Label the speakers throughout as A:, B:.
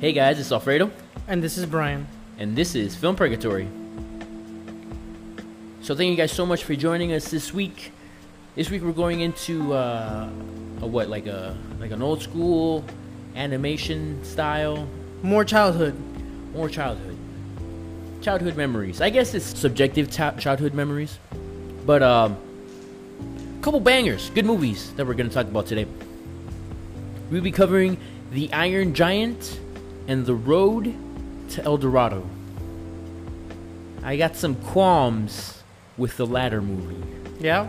A: Hey guys, it's Alfredo,
B: And this is Brian.
A: and this is Film Purgatory. So, thank you guys so much for joining us this week. This week we're going into uh, a what, like a like an old school animation style,
B: More childhood.
A: more childhood, childhood memories. I guess it's subjective ta- childhood memories, but um, a couple bangers, good movies that we're gonna talk about today. We'll be covering The Iron Giant and The Road to El Dorado. I got some qualms with the latter movie.
B: Yeah?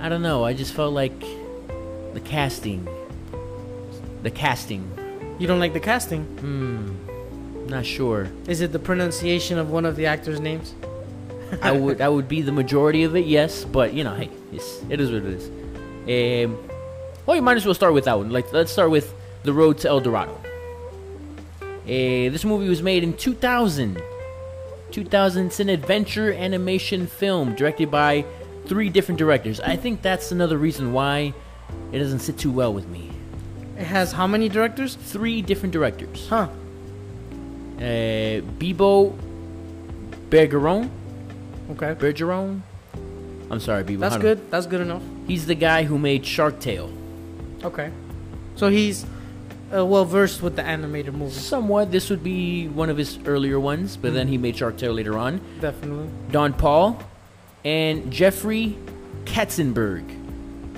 A: I don't know. I just felt like the casting. The casting.
B: You don't like the casting?
A: Not sure.
B: Is it the pronunciation of one of the actors' names?
A: I would. That would be the majority of it. Yes, but you know, hey, it's, it is what it is. Um, well, you might as well start with that one. Like, let's start with the Road to El Dorado. Eh, this movie was made in 2000. 2000. It's an adventure animation film directed by three different directors. I think that's another reason why it doesn't sit too well with me.
B: It has how many directors?
A: Three different directors.
B: Huh.
A: Uh, Bibo Bergeron.
B: Okay.
A: Bergeron. I'm sorry, Bibo.
B: That's
A: I don't-
B: good. That's good enough.
A: He's the guy who made Shark Tale.
B: Okay. So he's uh, well versed with the animated movies.
A: Somewhat, this would be one of his earlier ones, but then he made Shark Tale later on.
B: Definitely.
A: Don Paul and Jeffrey Katzenberg.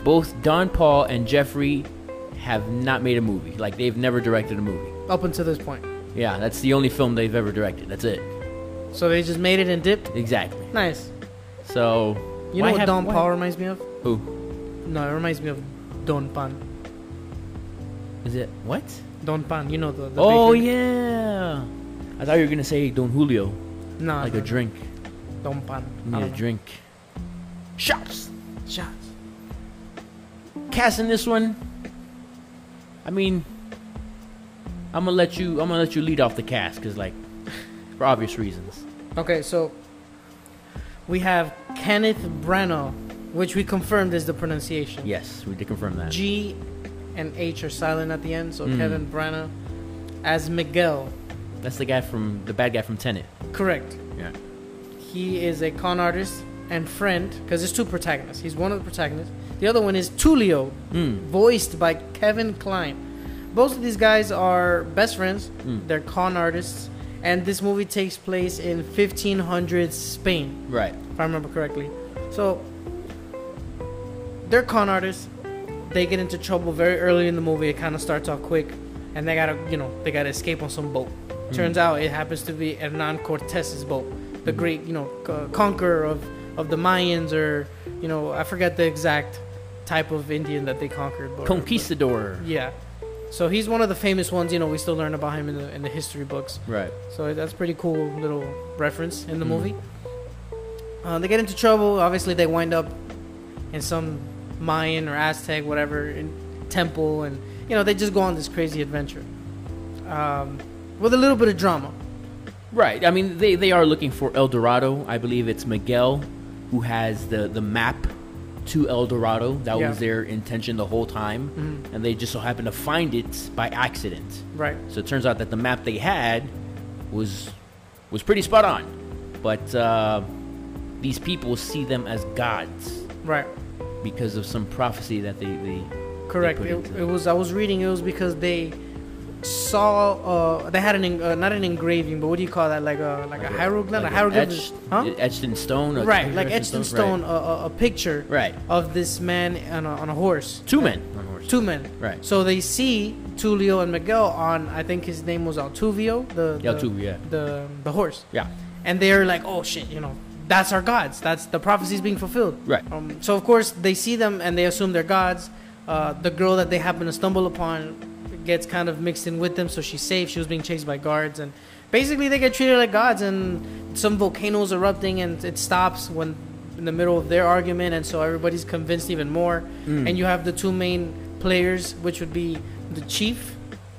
A: Both Don Paul and Jeffrey have not made a movie. Like, they've never directed a movie.
B: Up until this point.
A: Yeah, that's the only film they've ever directed. That's it.
B: So they just made it and dipped?
A: Exactly.
B: Nice.
A: So.
B: You
A: why
B: know what
A: have-
B: Don
A: why-
B: Paul reminds me of?
A: Who?
B: No, it reminds me of Don Pan.
A: Is it. What?
B: Don Pan, you know the. the
A: Oh,
B: bakery.
A: yeah. I thought you were going to say Don Julio,
B: Nah.
A: like
B: no,
A: a
B: no.
A: drink.
B: Don Pan.
A: You need
B: I
A: a
B: don't know.
A: drink. Shots!
B: Shots.
A: Cast in this one. I mean, I'm gonna let you. I'm gonna let you lead off the cast because, like, for obvious reasons.
B: Okay, so we have Kenneth Branagh, which we confirmed is the pronunciation.
A: Yes, we did confirm that.
B: G and H are silent at the end, so
A: Mm.
B: Kevin Branagh as Miguel.
A: That's the guy from the bad guy from Tenet.
B: Correct.
A: Yeah.
B: He is a con artist and friend because there's two protagonists. He's one of the protagonists. The other one is Tulio,
A: Mm.
B: voiced by Kevin Klein. Both of these guys are best friends.
A: Mm.
B: They're con artists, and this movie takes place in 1500s Spain.
A: Right.
B: if I remember correctly. So they're con artists. They get into trouble very early in the movie. It kind of starts off quick, and they gotta, you know, they gotta escape on some boat. Turns out it happens to be Hernan Cortez's boat, the great, you know, co- conqueror of of the Mayans, or you know, I forget the exact type of Indian that they conquered. But,
A: Conquistador.
B: Yeah. So he's one of the famous ones. You know, we still learn about him in the in the history books.
A: Right.
B: So that's pretty cool little reference in the movie. Uh, they get into trouble. Obviously, they wind up in some Mayan or Aztec, whatever, in temple, and you know they just go on this crazy adventure um, with a little bit of drama.
A: Right. I mean, they they are looking for El Dorado. I believe it's Miguel who has the the map to El Dorado. That
B: Yeah.
A: was their intention the whole time, and they just so happened to find it by accident.
B: Right.
A: So it turns out that the map they had was was pretty spot on, but uh, these people see them as gods
B: Right.
A: because of some prophecy that they, they
B: Correct.
A: put
B: It,
A: into
B: it
A: it.
B: was. I was reading. It was because they saw. Uh, they had an en- uh, not an engraving, but what do you call that? Like a like, a hieroglyph.
A: like
B: a
A: an
B: hieroglyph. is-
A: etched,
B: huh?
A: etched in stone, or
B: right. Like etched in stone,
A: right.
B: a, a, a picture.
A: Right.
B: of this man on a, on a horse.
A: Two men on horse.
B: Two men.
A: Right.
B: So they see Tulio and Miguel on, I think his name was Altuvio, the
A: Yeah,
B: the,
A: two, yeah,
B: the, the horse.
A: yeah,
B: And they're like, oh shit, you know, that's our gods. That's the prophecy's being fulfilled.
A: right,
B: Um, so of course they see them and they assume they're gods. Uh, the girl that they happen to stumble upon gets kind of mixed in with them, so she's safe. She was being chased by guards, and basically they get treated like gods. And some volcanoes erupting, and it stops when in the middle of their argument, and so everybody's convinced even more. And you have the two main players, which would be the chief,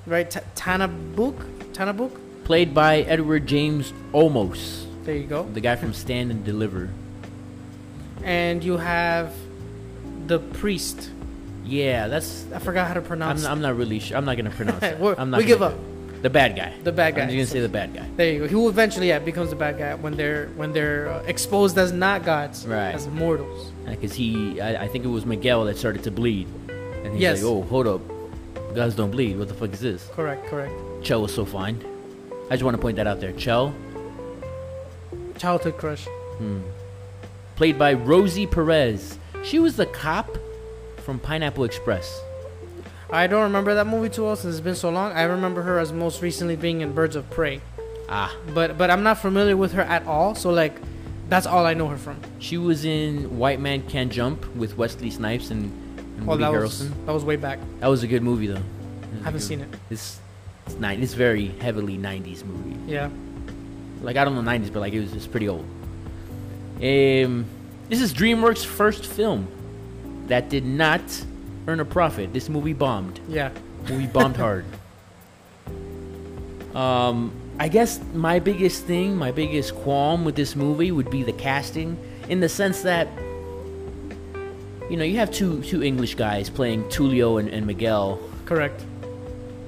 B: right? T- Tanabuk, Tanabuk.
A: played by Edward James Olmos,
B: There you go.
A: the guy from Stand and Deliver.
B: And you have the priest.
A: Yeah, that's.
B: I forgot how to pronounce.
A: I'm, I'm not really sure. I'm not gonna pronounce
B: Hey,
A: that.
B: we're-
A: I'm not
B: we
A: gonna
B: give
A: do
B: up.
A: it. The bad guy.
B: The bad guy.
A: I'm just gonna say the bad guy.
B: There you go. He will eventually, yeah, becomes the bad guy when they're when they're uh, exposed as not gods,
A: Right.
B: as mortals.
A: Because Uh, he, I, I think it was Miguel that started to bleed, and he's
B: Yes.
A: like, "Oh, hold up, guys don't bleed. What the fuck is this?"
B: Correct, correct.
A: Chell was so fine. I just want to point that out there. Chell,
B: Childhood crush.
A: played by Rosie Perez, she was the cop from Pineapple Express.
B: I don't remember that movie too well since it's been so long. I remember her as most recently being in Birds of Prey,
A: Ah,
B: but but I'm not familiar with her at all. So like, that's all I know her from.
A: she was in White Man Can't Jump with Wesley Snipes and, and
B: Oh,
A: Woody
B: that
A: Harrelson.
B: was that was way back.
A: That was a good movie though. It was a
B: Haven't
A: good-
B: seen it.
A: It's it's nine. It's very heavily '90s movie.
B: Yeah.
A: Like I don't know '90s, but like it was it's pretty old. Um, this is DreamWorks' first film that did not earn a profit. This movie bombed.
B: Yeah.
A: We bombed hard. Um, I guess my biggest thing, my biggest qualm with this movie would be the casting, in the sense that you know you have two two English guys playing Tulio and, and Miguel.
B: Correct.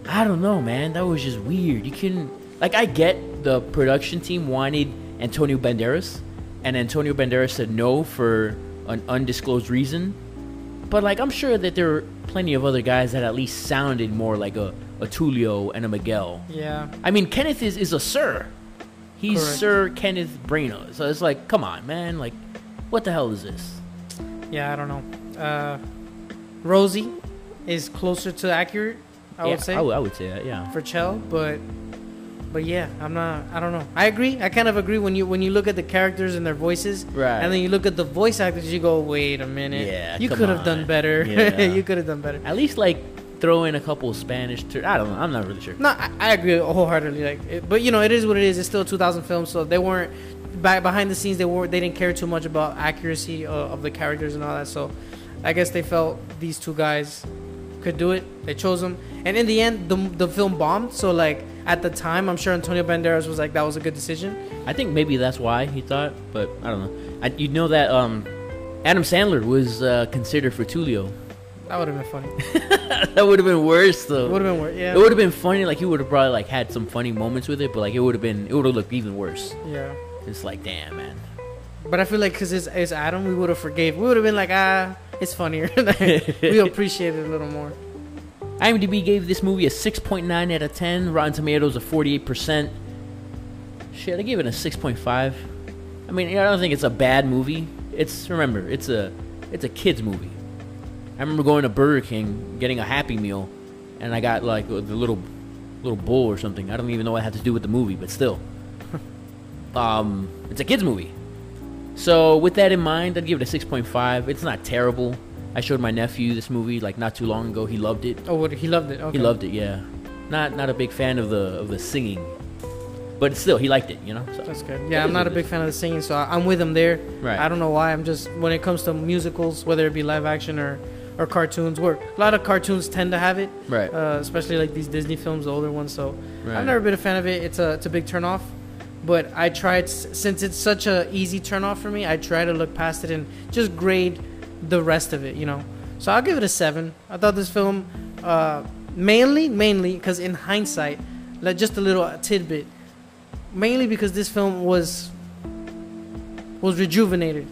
A: I don't know, man. That was just weird. You can like I get the production team wanted Antonio Banderas, and Antonio Banderas said no for an undisclosed reason. But like I'm sure that there were plenty of other guys that at least sounded more like a, a Tulio and a Miguel.
B: Yeah.
A: I mean Kenneth is, is a sir. He's
B: Correct.
A: Sir Kenneth Breno. So it's like, come on, man, like what the hell is this?
B: Yeah. I don't know. Uh, Rosie is closer to accurate. I
A: yeah,
B: would say.
A: I, would- I would say that, yeah.
B: for Chell, but but yeah, I'm not. I don't know. I agree. I kind of agree when you when you look at the characters and their voices,
A: Right.
B: And then you look at the voice actors, you go, wait a minute,
A: Yeah,
B: you
A: come
B: could have done
A: on."
B: better.
A: Yeah.
B: you could have done better.
A: At least like throw in a couple Spanish tur- I don't know, I'm not really sure.
B: No, I, I agree wholeheartedly. Like, it, but you know, it is what it is. It's still a 2000 film, so they weren't by, behind the scenes. They were they didn't care too much about accuracy uh, of the characters and all that. So, I guess they felt these two guys could do it. They chose them, and in the end, the the film bombed. So like at the time, I'm sure Antonio Banderas was like that was a good decision.
A: I think maybe that's why he thought, but I don't know. I, you know that um, Adam Sandler was uh, considered for Tulio.
B: That would have been funny.
A: that would have been worse though.
B: It would have been worse.
A: It
B: Yeah.
A: would have been funny. Like he would have probably like had some funny moments with it, but like it would have been it would have looked even worse.
B: Yeah.
A: It's like damn man.
B: But I feel like because it's, it's Adam, we would have forgave. We would have been like, ah, it's funnier. we appreciate it a little more.
A: IMDb gave this movie a 6.9 out of 10. Rotten Tomatoes a 48%. Shit, I gave it a 6.5. I mean, I don't think it's a bad movie. It's remember, it's a it's a kids movie. I remember going to Burger King, getting a Happy Meal, and I got like the little little bull or something. I don't even know what it had to do with the movie, but still. um, it's a kids movie. So with that in mind, I'd give it a 6.5. It's not terrible. I showed my nephew this movie like not too long ago. He loved it.
B: Oh, what, he loved it. Okay.
A: He loved it, yeah. Not not a big fan of the of the singing, but still he liked it, you know. So.
B: That's good.
A: It
B: Yeah,
A: is
B: I'm not
A: what
B: a
A: it
B: big
A: is.
B: fan of the singing, so I- I'm with him there.
A: Right.
B: I don't know why. I'm just when it comes to musicals, whether it be live action or or cartoons, where a lot of cartoons tend to have it.
A: Right.
B: Uh, especially like these Disney films, the older ones. So
A: Right.
B: I've never been a fan of it. It's a it's a big turnoff. But I tried s- since it's such a easy turnoff for me. I try to look past it and just grade the rest of it. You know. So I'll give it a seven. I thought this film, uh, mainly mainly because in hindsight, like just a little uh, tidbit mainly because this film was was rejuvenated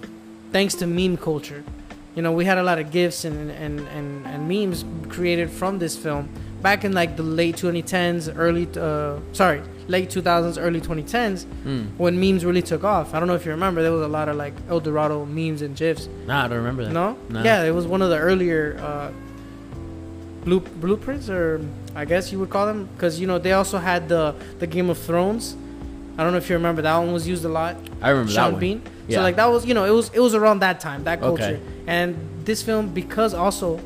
B: thanks to meme culture. You know, we had a lot of gifs and and, and, and memes created from this film back in like the late 2010s, early uh, sorry, late 2000s, early 2010s
A: Mm.
B: when memes really took off. I don't know if you remember, there was a lot of like El Dorado memes and gifs.
A: Nah, I don't remember that.
B: No?
A: No.
B: Yeah, it was one of the earlier uh, blue, blueprints, or I guess you would call them, because you know they also had the the Game of Thrones. I don't know if you remember that one was used a lot.
A: I remember that
B: Sean
A: one.
B: Bean.
A: Yeah.
B: So like that was you know it was it was around that time that
A: Okay.
B: culture and this film because also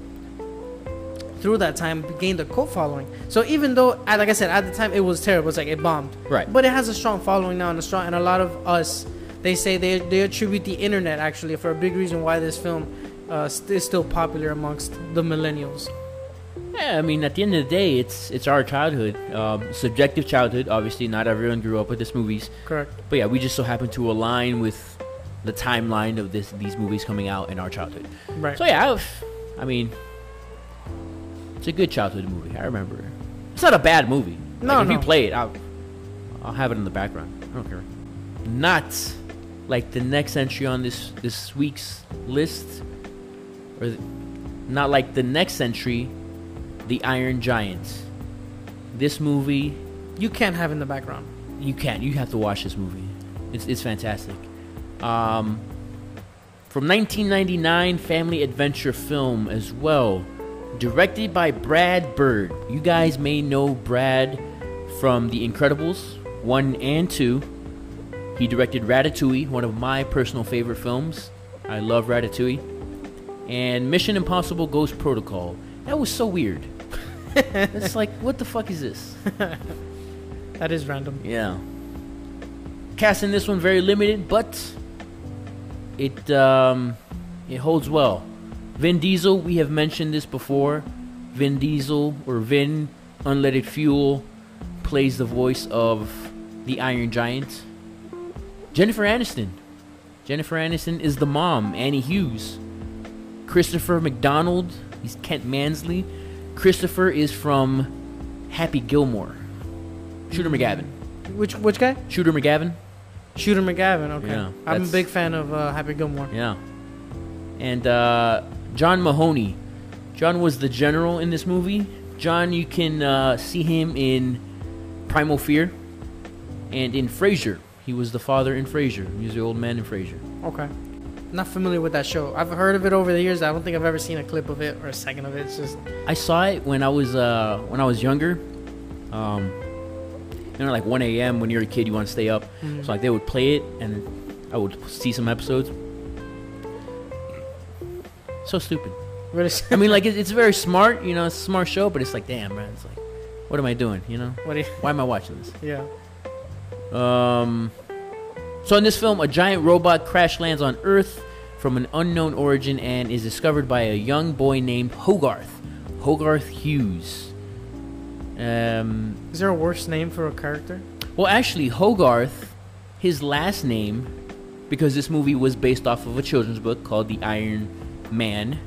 B: through that time gained a cult following. So even though I- like I said at the time it was terrible, it's like it bombed.
A: Right.
B: But it has a strong following now and a strong and a lot of us they say they they attribute the internet actually for a big reason why this film uh, st- is still popular amongst the millennials.
A: Yeah, I mean, at the end of the day, it's it's our childhood, um, subjective childhood. Obviously, not everyone grew up with these movies,
B: Correct.
A: but yeah, we just so happen to align with the timeline of this these movies coming out in our childhood.
B: Right.
A: So yeah, I've, I mean, it's a good childhood movie. I remember. it. It's not a bad movie.
B: No,
A: Like, if you
B: no.
A: play it, I'll, I'll have it in the background. I don't care. Not like the next entry on this this week's list, or th- not like the next entry, the Iron Giant. This movie,
B: You can't have in the background.
A: you can't. You have to watch this movie. It's it's fantastic. Um, from 1999, family adventure film as well, directed by Brad Bird. You guys may know Brad from The Incredibles one and two. He directed Ratatouille, one of my personal favorite films. I love Ratatouille. And Mission Impossible Ghost Protocol. That was so weird. it's like, what the fuck is this?
B: That is random.
A: Yeah. Cast in this one very limited, but it um, it holds well. Vin Diesel, we have mentioned this before. Vin Diesel or Vin Unleaded Fuel plays the voice of the Iron Giant. Jennifer Aniston. Jennifer Aniston is the mom, Annie Hughes. Christopher McDonald, he's Kent Mansley. Christopher is from Happy Gilmore. Shooter McGavin.
B: Which which guy?
A: Shooter McGavin.
B: Shooter McGavin. Okay.
A: Yeah,
B: I'm a
A: that's-
B: big fan of uh, Happy Gilmore.
A: Yeah. And uh, John Mahoney. John was the general in this movie. John, you can uh, see him in Primal Fear and in Frasier. He was the father in Frasier. He was the old man in Frasier.
B: Okay. Not familiar with that show. I've heard of it over the years. I don't think I've ever seen a clip of it or a second of it. It's just
A: I saw it when I was uh, when I was younger. Um, you know, like 1 a.m. when you're a kid, you want to stay up. So like they would play it, and I would see some episodes. So stupid.
B: really.
A: I mean, like it, it's very smart, you know, it's a smart show, but it's like, damn, man, it's like, what am I doing, you know?
B: what do you,
A: Why am I watching this?
B: yeah.
A: Um, so in this film, a giant robot crash lands on Earth from an unknown origin and is discovered by a young boy named Hogarth, Hogarth Hughes. Um,
B: Is there a worse name for a character?
A: well, actually, Hogarth, his last name, because this movie was based off of a children's book called The Iron Man,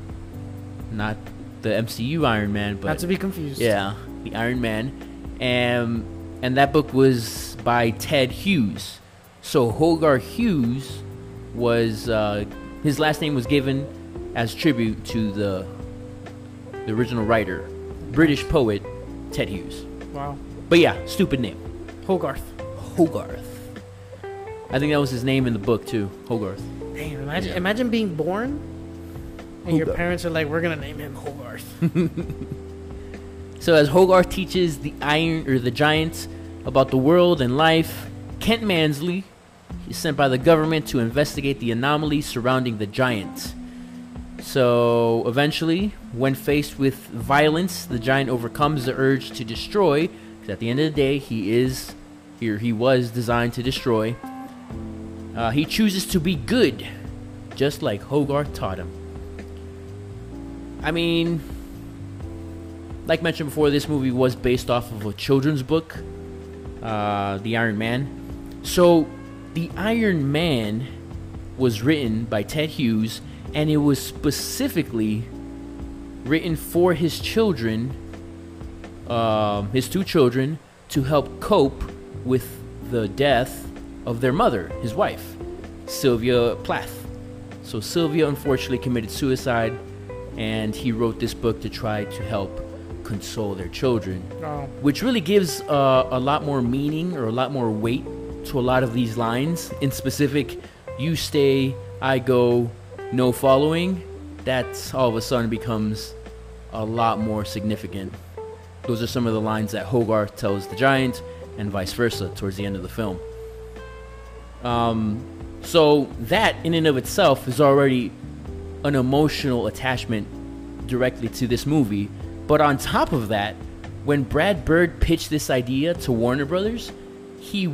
A: not the MCU Iron Man, but
B: Not to be confused.
A: Yeah, the Iron Man, and and that book was by Ted Hughes. So Hogarth Hughes was uh, his last name was given as tribute to the the original writer, British poet Ted Hughes.
B: Wow.
A: But yeah, stupid name,
B: Hogarth.
A: Hogarth. I think that was his name in the book too, Hogarth.
B: Damn. Imagine
A: Yeah.
B: imagine being born, and your
A: Hogarth.
B: parents are like, "We're gonna name him Hogarth."
A: So as Hogarth teaches the iron or the giants about the world and life, Kent Mansley is sent by the government to investigate the anomalies surrounding the giant. So eventually, when faced with violence, the giant overcomes the urge to destroy. Because at the end of the day, he is, here he was designed to destroy. Uh, he chooses to be good, just like Hogarth taught him. I mean, like mentioned before, this movie was based off of a children's book, uh, The Iron Man. So, The Iron Man was written by Ted Hughes, and it was specifically written for his children, um, his two children, to help cope with the death of their mother, his wife, Sylvia Plath. So, Sylvia unfortunately committed suicide, and he wrote this book to try to help console their children
B: oh.
A: which really gives uh, a lot more meaning or a lot more weight to a lot of these lines. In specific, you stay, I go, no following. That all of a sudden becomes a lot more significant. Those are some of the lines that Hogarth tells the giant, and vice versa towards the end of the film. Um, so that in and of itself is already an emotional attachment directly to this movie. But on top of that, when Brad Bird pitched this idea to Warner Brothers, he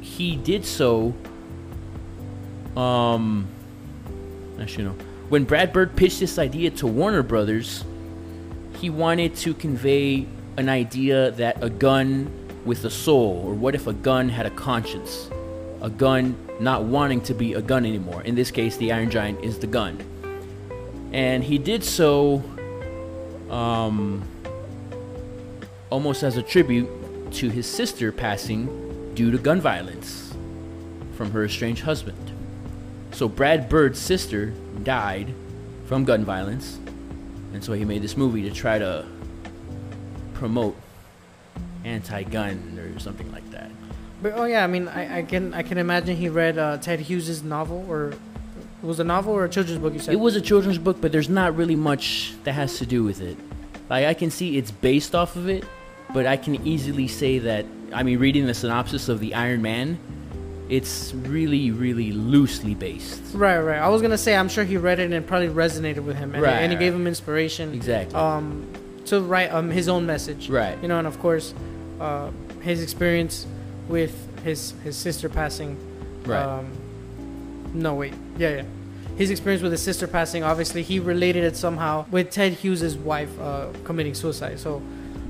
A: he did so. Um, actually, no. When Brad Bird pitched this idea to Warner Brothers, he wanted to convey an idea that a gun with a soul, or what if a gun had a conscience? A gun not wanting to be a gun anymore. In this case, the Iron Giant is the gun. And he did so um, almost as a tribute to his sister passing due to gun violence from her estranged husband. So Brad Bird's sister died from gun violence, and so he made this movie to try to promote anti-gun or something like that.
B: But, oh yeah, I mean, I, I can I can imagine he read uh, Ted Hughes's novel, or it was a novel or a children's book. You said
A: It was a children's book, but there's not really much that has to do with it. Like I can see it's based off of it, but I can easily say that I mean reading the synopsis of the Iron Man, it's really really loosely based.
B: right, right. I was gonna say I'm sure he read it and it probably resonated with him, and,
A: Right,
B: and it gave
A: right.
B: him inspiration
A: Exactly.
B: um, to write um, his own message.
A: Right.
B: You know, and of course, uh, his experience with his his sister passing.
A: Right.
B: Um, no wait, yeah, yeah. His experience with his sister passing. Obviously, he related it somehow with Ted Hughes's wife uh, committing suicide. So,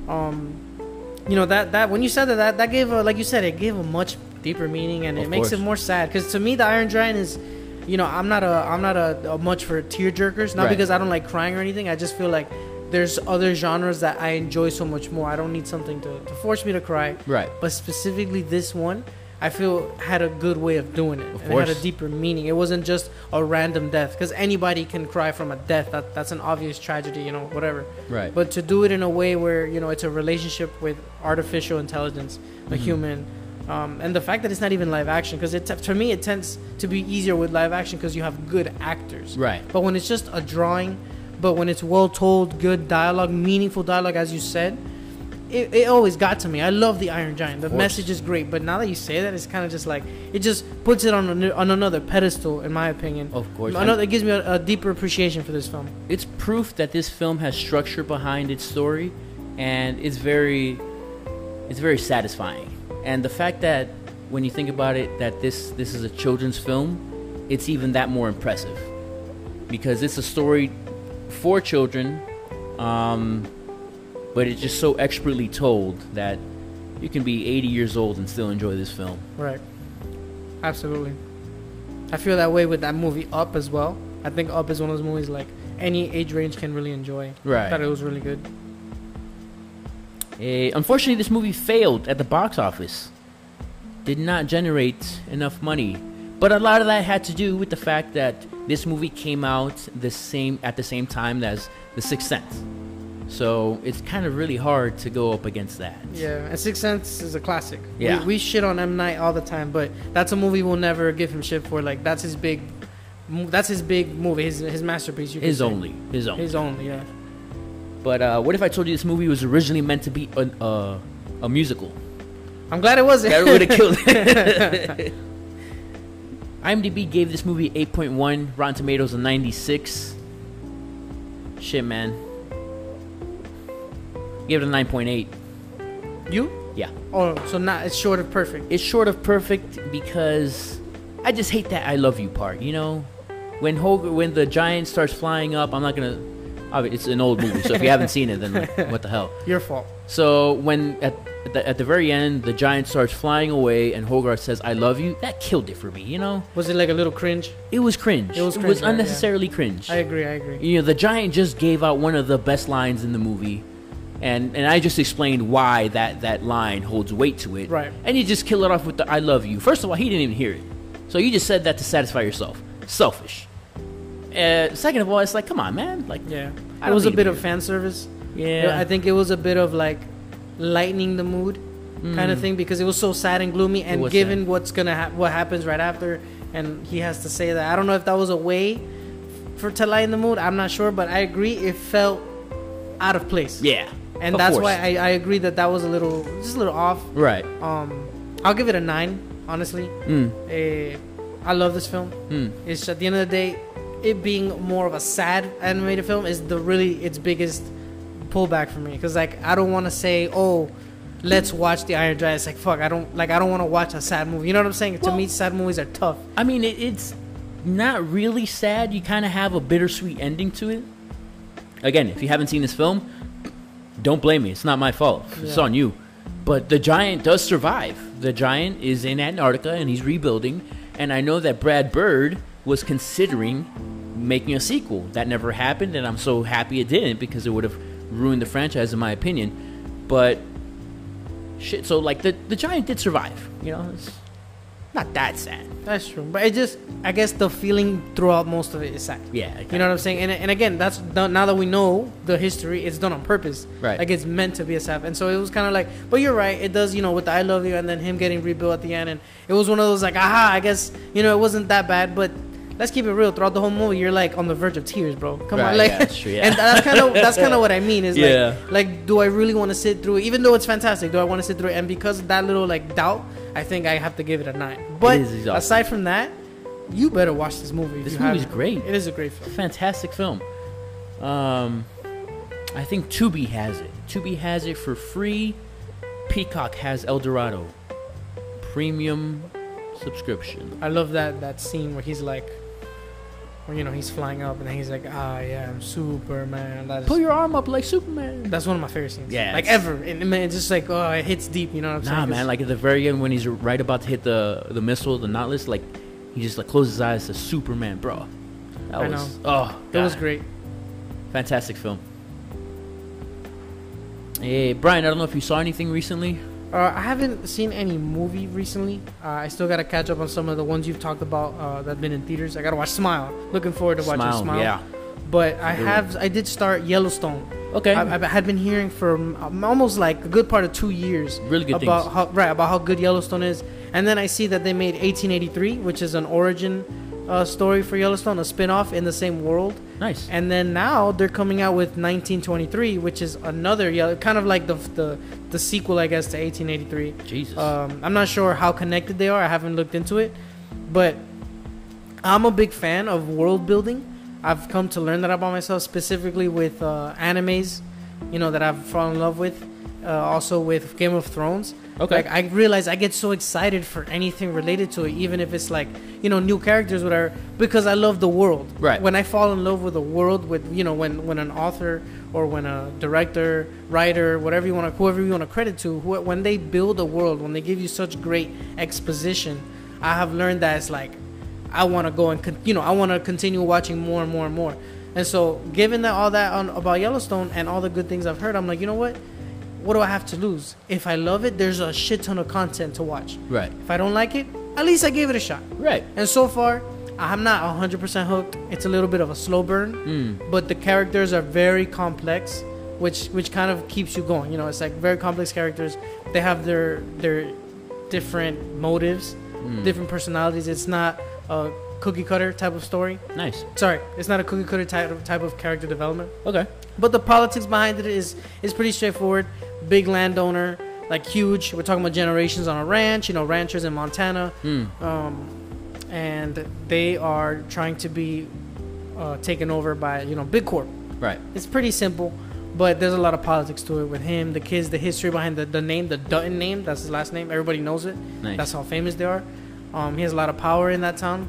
B: um, you know that that when you said that that, that gave a, like you said it gave a much deeper meaning and
A: Of
B: it makes it
A: course.
B: more sad because to me the Iron Giant is. You know, I'm not a I'm not a, a much for tear jerkers. Not
A: Right.
B: because I don't like crying or anything. I just feel like there's other genres that I enjoy so much more. I don't need something to, to force me to cry.
A: right.
B: But specifically this one, I feel had a good way of doing it.
A: Of
B: and it had a
A: course.
B: deeper meaning. It wasn't just a random death because anybody can cry from a death. That that's an obvious tragedy, you know, whatever.
A: Right.
B: But to do it in a way where you know it's a relationship with artificial intelligence, a
A: Mm-hmm.
B: human, um, and the fact that it's not even live action because it to me it tends to be easier with live action because you have good actors.
A: Right.
B: But when it's just a drawing, but when it's well told, good dialogue, meaningful dialogue, as you said, it, it always got to me. I love the Iron Giant. The
A: course.
B: message is great, but now that you say that, it's kind of just like it just puts it on a, new- on another pedestal, in my opinion.
A: Of course.
B: another it gives me a, a deeper appreciation for this film.
A: it's proof that this film has structure behind its story and it's very it's very satisfying and the fact that when you think about it that this this is a children's film it's even that more impressive because it's a story for children um, but it's just so expertly told that you can be 80 years old and still enjoy this film
B: Right. Absolutely. I feel that way with that movie Up as well. I think Up is one of those movies like any age range can really enjoy. I
A: Right.
B: thought it was really good.
A: Eh, unfortunately, this movie failed at the box office. Did not generate enough money, but a lot of that had to do with the fact that this movie came out the same at the same time as The Sixth Sense. So it's kind of really hard to go up against that.
B: Yeah, and Sixth Sense is a classic.
A: Yeah.
B: We, we shit on M Night all the time, but that's a movie we'll never give him shit for. Like that's his big, mo- that's his big movie, his his masterpiece. You could
A: His
B: say.
A: only, his only.
B: His only, yeah.
A: But uh, what if I told you this movie was originally meant to be an, uh, a musical?
B: I'm glad it wasn't.
A: That would have killed it. IMDb gave this movie 8.1, Rotten Tomatoes a 96. Shit, man. Gave it a 9.8.
B: you?
A: Yeah.
B: Oh, so not it's short of perfect.
A: It's short of perfect because I just hate that I love you part, you know? When Hogan, when the giant starts flying up, I'm not gonna. obvi- It's an old movie, so if you haven't seen it, then like, what the hell?
B: Your fault.
A: So when at at the, at the very end, the giant starts flying away, and Hogarth says, "I love you." That killed it for me, you know.
B: Was it like a little cringe?
A: It was cringe.
B: It
A: It
B: was
A: was,
B: cringe, right, yeah.
A: unnecessarily cringe.
B: I agree. I agree.
A: you know, the giant just gave out one of the best lines in the movie, and and I just explained why that that line holds weight to it.
B: Right.
A: And you just kill it off with the "I love you." First of all, he didn't even hear it, so you just said that to satisfy yourself. Selfish. Uh, second of all, it's like, come on, man. Like,
B: Yeah.
A: I
B: It
A: don't
B: was a
A: need
B: bit
A: to
B: of
A: do
B: fan service.
A: yeah.
B: I think it was a bit of like lightening the mood kind of thing because it was so sad and gloomy and
A: Mm. was
B: given
A: sad.
B: what's gonna hap what happens right after and he has to say that I don't know if that was a way for to lighten the mood I'm not sure but I agree it felt out of place
A: yeah.
B: and
A: Of
B: that's
A: course.
B: why I, I agree that that was a little just a little off
A: Right.
B: um I'll give it a nine honestly
A: Mm.
B: Eh, I love this film
A: Mm.
B: it's at the end of the day it being more of a sad animated film is the really its biggest pullback for me because like i don't want to say oh let's watch the iron giant it's like fuck i don't like i don't want to watch a sad movie you know what i'm saying to
A: Well-
B: me sad movies are tough
A: I mean, it, it's not really sad. You kind of have a bittersweet ending to it. Again, if you haven't seen this film, don't blame me. It's not my fault. It's
B: Yeah.
A: on you. But the giant does survive. The giant is in Antarctica and he's rebuilding. And I know that Brad Bird was considering making a sequel. That never happened, and I'm so happy it didn't because it would have ruined the franchise, in my opinion. But shit. So like the the giant did survive. You know, it's not that sad.
B: That's true. But it just, I guess the feeling throughout most of it is sad.
A: Yeah,
B: You know what I'm saying? And, and again, that's now that we know the history, it's done on purpose.
A: Right.
B: Like it's meant to be a sad. And so it was kind of like, but you're right. It does, you know, with the I love you and then him getting rebuilt at the end. And it was one of those like, aha, I guess, you know, it wasn't that bad. But let's keep it real. Throughout the whole movie, you're like on the verge of tears, bro. Come
A: Right,
B: on. Like,
A: yeah, that's true, yeah.
B: and that's kind of, that's kind of what I mean is
A: Yeah.
B: like, like, do I really want to sit through it? Even though it's fantastic, do I want to sit through it? And because of that little like doubt, I think I have to give it a nine. But
A: is exhausting.
B: aside from that, you better watch this movie. if
A: This
B: you
A: movie's
B: haven't.
A: great.
B: It is a great film.
A: fantastic film. Um, I think Tubi has it. Tubi has it for free. Peacock has El Dorado premium subscription.
B: I love that that scene where he's like, where you know he's flying up and he's like, ah, yeah, I'm Superman. That's
A: Pull your arm up like Superman.
B: that's one of my favorite scenes.
A: Yeah,
B: like
A: it's-
B: ever. And man, it's just like, oh, it hits deep. You know what I'm
A: Nah,
B: saying? 'Cause-
A: man. Like at the very end when he's right about to hit the the missile, the Nautilus, like he just like closes his eyes to Superman, bro. That
B: I
A: was oh,
B: it was
A: God.
B: great.
A: Fantastic film. Hey, Brian, I don't know if you saw anything recently.
B: Uh, I haven't seen any movie recently. Uh, I still gotta catch up on some of the ones you've talked about uh, that've been in theaters. I gotta watch Smile. Looking forward to watching Smile.
A: yeah.
B: But I
A: Good
B: have, I did start Yellowstone.
A: Okay.
B: I, I had been hearing for um, almost like a good part of two years
A: Really good
B: about
A: things.
B: how right about how good Yellowstone is, and then I see that they made 1883, which is an origin uh, story for Yellowstone, a spin-off in the same world,
A: nice.
B: and then now they're coming out with 1923, which is another Yellow, kind of like the the, the sequel, I guess, to 1883.
A: Jesus.
B: Um, I'm not sure how connected they are. I haven't looked into it, but I'm a big fan of world building. I've come to learn that about myself, specifically with uh, animes, you know, that I've fallen in love with. Uh, also with Game of Thrones.
A: Okay.
B: Like I realize I get so excited for anything related to it, even if it's like you know new characters, whatever, because I love the world.
A: Right.
B: When I fall in love with a world, with you know when when an author or when a director, writer, whatever you want to, whoever you want to credit to, who, when they build a world, when they give you such great exposition, I have learned that it's like I want to go and con- you know I want to continue watching more and more and more. And so, given that all that on, about Yellowstone and all the good things I've heard, I'm like, you know what? What do I have to lose? If I love it, there's a shit ton of content to watch.
A: right.
B: If I don't like it, at least I gave it a shot.
A: Right.
B: And so far, I'm not 100% hooked. It's a little bit of a slow burn, but the characters are very complex, which which kind of keeps you going. You know, it's like very complex characters. They have their their different motives, different personalities. It's not a cookie cutter type of story.
A: Nice.
B: Sorry, it's not a cookie cutter type of, type of character development.
A: Okay.
B: But the politics behind it is is pretty straightforward. Big landowner, like huge. We're talking about generations on a ranch. You know, ranchers in Montana, um, and they are trying to be uh, taken over by you know big corp.
A: Right.
B: It's pretty simple, but there's a lot of politics to it with him, the kids, the history behind the, the name, the Dutton name. That's his last name. Everybody knows it.
A: Nice.
B: That's how famous they are. Um, he has a lot of power in that town,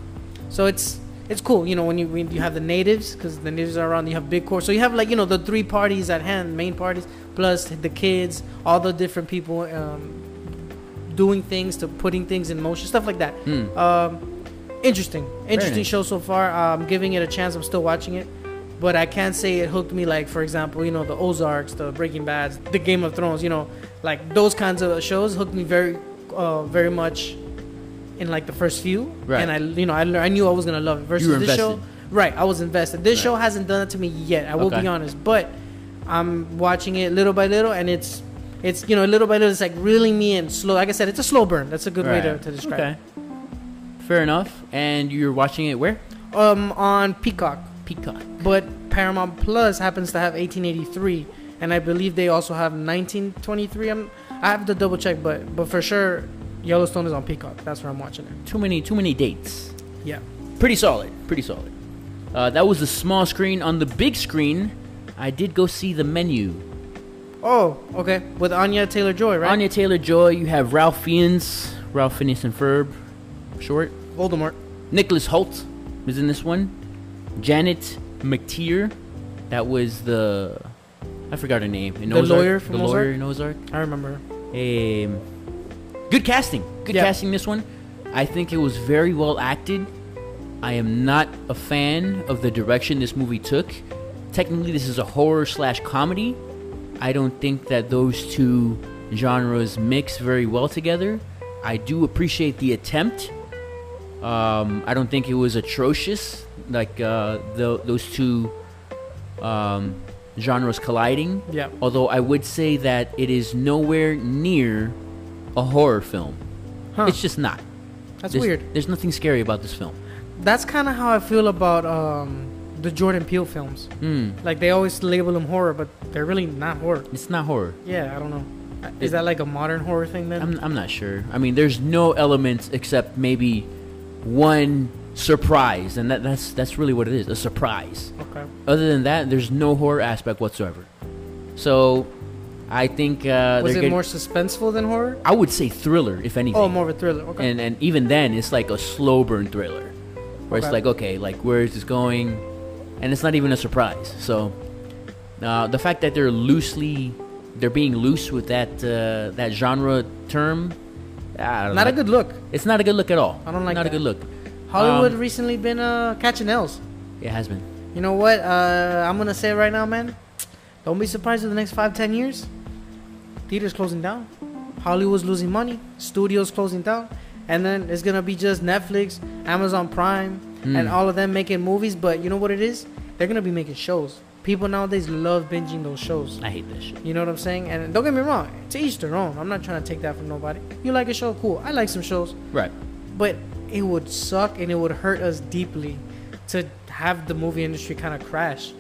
B: so it's it's cool. You know when you when you have the natives because the natives are around. You have big corps, so you have like you know the three parties at hand, main parties plus the kids, all the different people um, doing things to putting things in motion, stuff like that.
A: Hmm.
B: Um, interesting, interesting
A: nice.
B: show so far. I'm giving it a chance. I'm still watching it, but I can't say it hooked me. Like for example, you know the Ozarks, the Breaking Bad's, the Game of Thrones. You know, like those kinds of shows hooked me very, uh, very much in like the first few.
A: Right.
B: And I, you know, I, lear- I knew I was gonna love it. Versus
A: were
B: this show,
A: invested.
B: right? I was invested. This
A: Right.
B: show hasn't done it to me yet. I will
A: Okay.
B: be honest, but I'm watching it little by little, and it's. It's you know little by little it's like reeling me in slow. Like I said, it's a slow burn. That's a good way to,
A: Right.
B: to describe. it.
A: Okay. Fair enough. And you're watching it where?
B: um, on Peacock,
A: Peacock.
B: but Paramount Plus happens to have 1883, and I believe they also have 1923. I'm, I have to double check, but but for sure, Yellowstone is on Peacock. That's where I'm watching it.
A: Too many. Too many dates.
B: Yeah.
A: Pretty solid. Pretty solid. Uh, that was the small screen. On the big screen, I did go see the menu.
B: Oh, okay. With Anya Taylor Joy, right?
A: Anya Taylor Joy. You have Ralph Fiennes, Ralph Fiennes and Ferb, short.
B: Voldemort.
A: Nicholas Holt was in this one. Janet McTeer. That was the. I forgot her name. In
B: The
A: Ozark.
B: lawyer from
A: the lawyer
B: Ozark?
A: in Ozark.
B: I remember.
A: Um, good casting. Good
B: Yeah.
A: casting this one. I think it was very well acted. I am not a fan of the direction this movie took. Technically, this is a horror slash comedy. I don't think that those two genres mix very well together. I do appreciate the attempt. Um, I don't think it was atrocious, like uh, tho- those two um, genres colliding.
B: Yeah.
A: Although I would say that it is nowhere near a horror film.
B: Huh.
A: It's just not.
B: That's
A: There's-
B: weird.
A: There's nothing scary about this film.
B: That's kind of how I feel about um, the Jordan Peele films.
A: Hmm.
B: Like they always label them horror, but they're really not horror.
A: It's not horror.
B: Yeah, I don't know. Is
A: It-
B: that like a modern horror thing then?
A: I'm, I'm not sure. I mean, there's no elements except maybe one surprise, and that, that's that's really what it is—a surprise.
B: okay.
A: Other than that, there's no horror aspect whatsoever. So, I think uh,
B: Was
A: they're
B: it
A: getting-
B: more suspenseful than horror?
A: I would say thriller, if anything.
B: Oh, more of a thriller. Okay.
A: and and even then, it's like a slow burn thriller, where it's
B: Okay.
A: like, okay, like where is this going? And it's not even a surprise. So, uh, the fact that they're loosely, they're being loose with that uh, that genre term, I don't
B: not
A: know.
B: a good look.
A: It's not a good look at all.
B: I don't like
A: Not
B: that.
A: a good look.
B: Hollywood
A: Um,
B: recently been uh, catching L's.
A: It has been.
B: You know what? Uh, I'm gonna say it right now, man. Don't be surprised in the next five, ten years. Theaters closing down, Hollywood's losing money, studios closing down, and then it's gonna be just Netflix, Amazon Prime,
A: Hmm.
B: and all of them making movies. But you know what it is? They're gonna be making shows. People nowadays love binging those shows.
A: I hate this shit.
B: You know what I'm saying? And don't get me wrong, to each their own. I'm not trying to take that from nobody. You like a show, cool. I like some shows
A: Right.
B: but it would suck and it would hurt us deeply to have the movie industry kind of crash.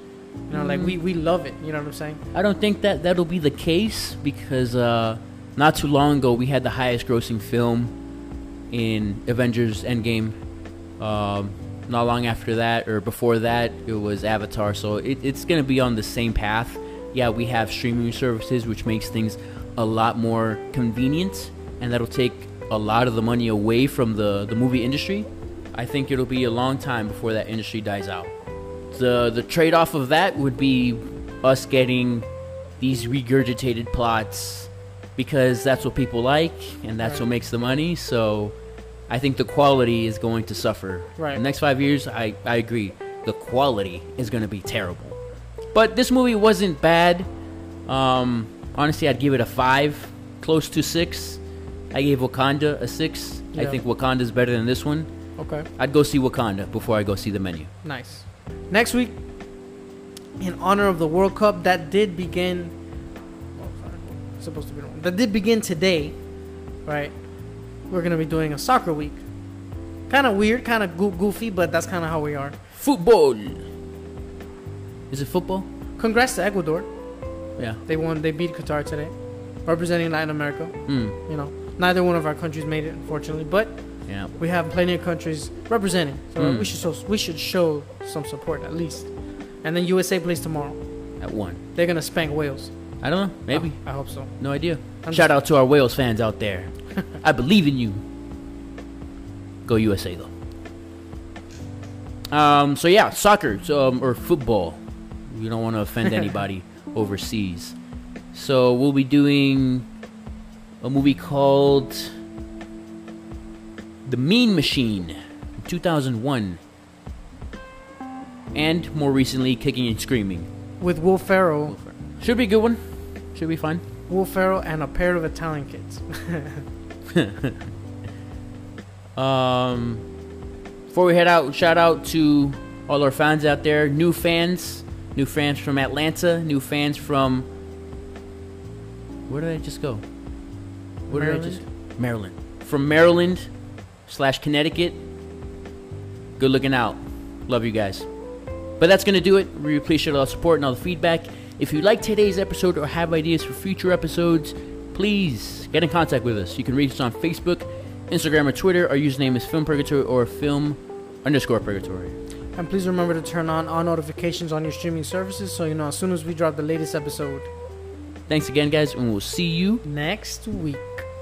B: You know, like we, we love it. You know what I'm saying?
A: I don't think that that'll be the case because uh, not too long ago we had the highest grossing film in Avengers Endgame. Um, not long after that or before that, it was Avatar. So it, it's going to be on the same path. Yeah, we have streaming services, which makes things a lot more convenient, and that'll take a lot of the money away from the, the movie industry. I think it'll be a long time before that industry dies out. The the trade off of that would be us getting these regurgitated plots because that's what people like and that's
B: Right.
A: what makes the money. So I think the quality is going to suffer.
B: Right.
A: The next five years, I, I agree. The quality is going to be terrible. But this movie wasn't bad. Um, honestly, I'd give it a five, close to six. I gave Wakanda a six. I
B: Yeah.
A: think Wakanda's better than this one.
B: Okay.
A: I'd go see Wakanda before I go see the menu.
B: Nice. Next week, in honor of the World Cup that did begin, oh, sorry. supposed to be wrong. that did begin today, right? We're gonna be doing a soccer week. Kind of weird, kind of goofy, but that's kind of how we are.
A: Football. Is it football?
B: Congrats to Ecuador.
A: Yeah.
B: They won. They beat Qatar today, representing Latin America.
A: Mm.
B: you know, neither one of our countries made it, unfortunately, but
A: Yeah.
B: we have plenty of countries representing. So
A: Mm.
B: we should show, we should show some support at least. And then USA plays tomorrow.
A: At one.
B: They're gonna spank Wales.
A: I don't know. Maybe.
B: I, I hope so.
A: No idea.
B: I'm
A: Shout out to our Wales fans out there. I believe in you. Go USA though. Um, so yeah, soccer so, um, or football. We don't want to offend anybody overseas. So we'll be doing a movie called The Mean Machine, 2001, and more recently, Kicking and Screaming.
B: With Will Ferrell,
A: Should be a good one. Should be fun.
B: Will Ferrell and a pair of Italian kids.
A: Um, before we head out, shout out to all our fans out there, new fans, new fans from Atlanta, new fans from. Where did I just go? Where did I just? Maryland. From Maryland slash Connecticut. Good looking out. Love you guys. But that's going to do it. We appreciate all the support and all the feedback. If you like today's episode or have ideas for future episodes, please get in contact with us. You can reach us on Facebook, Instagram, or Twitter. Our username is Film Purgatory or Film underscore Purgatory.
B: and please remember to turn on all notifications on your streaming services so you know as soon as we drop the latest episode
A: Thanks again, guys, and we'll see you
B: next week.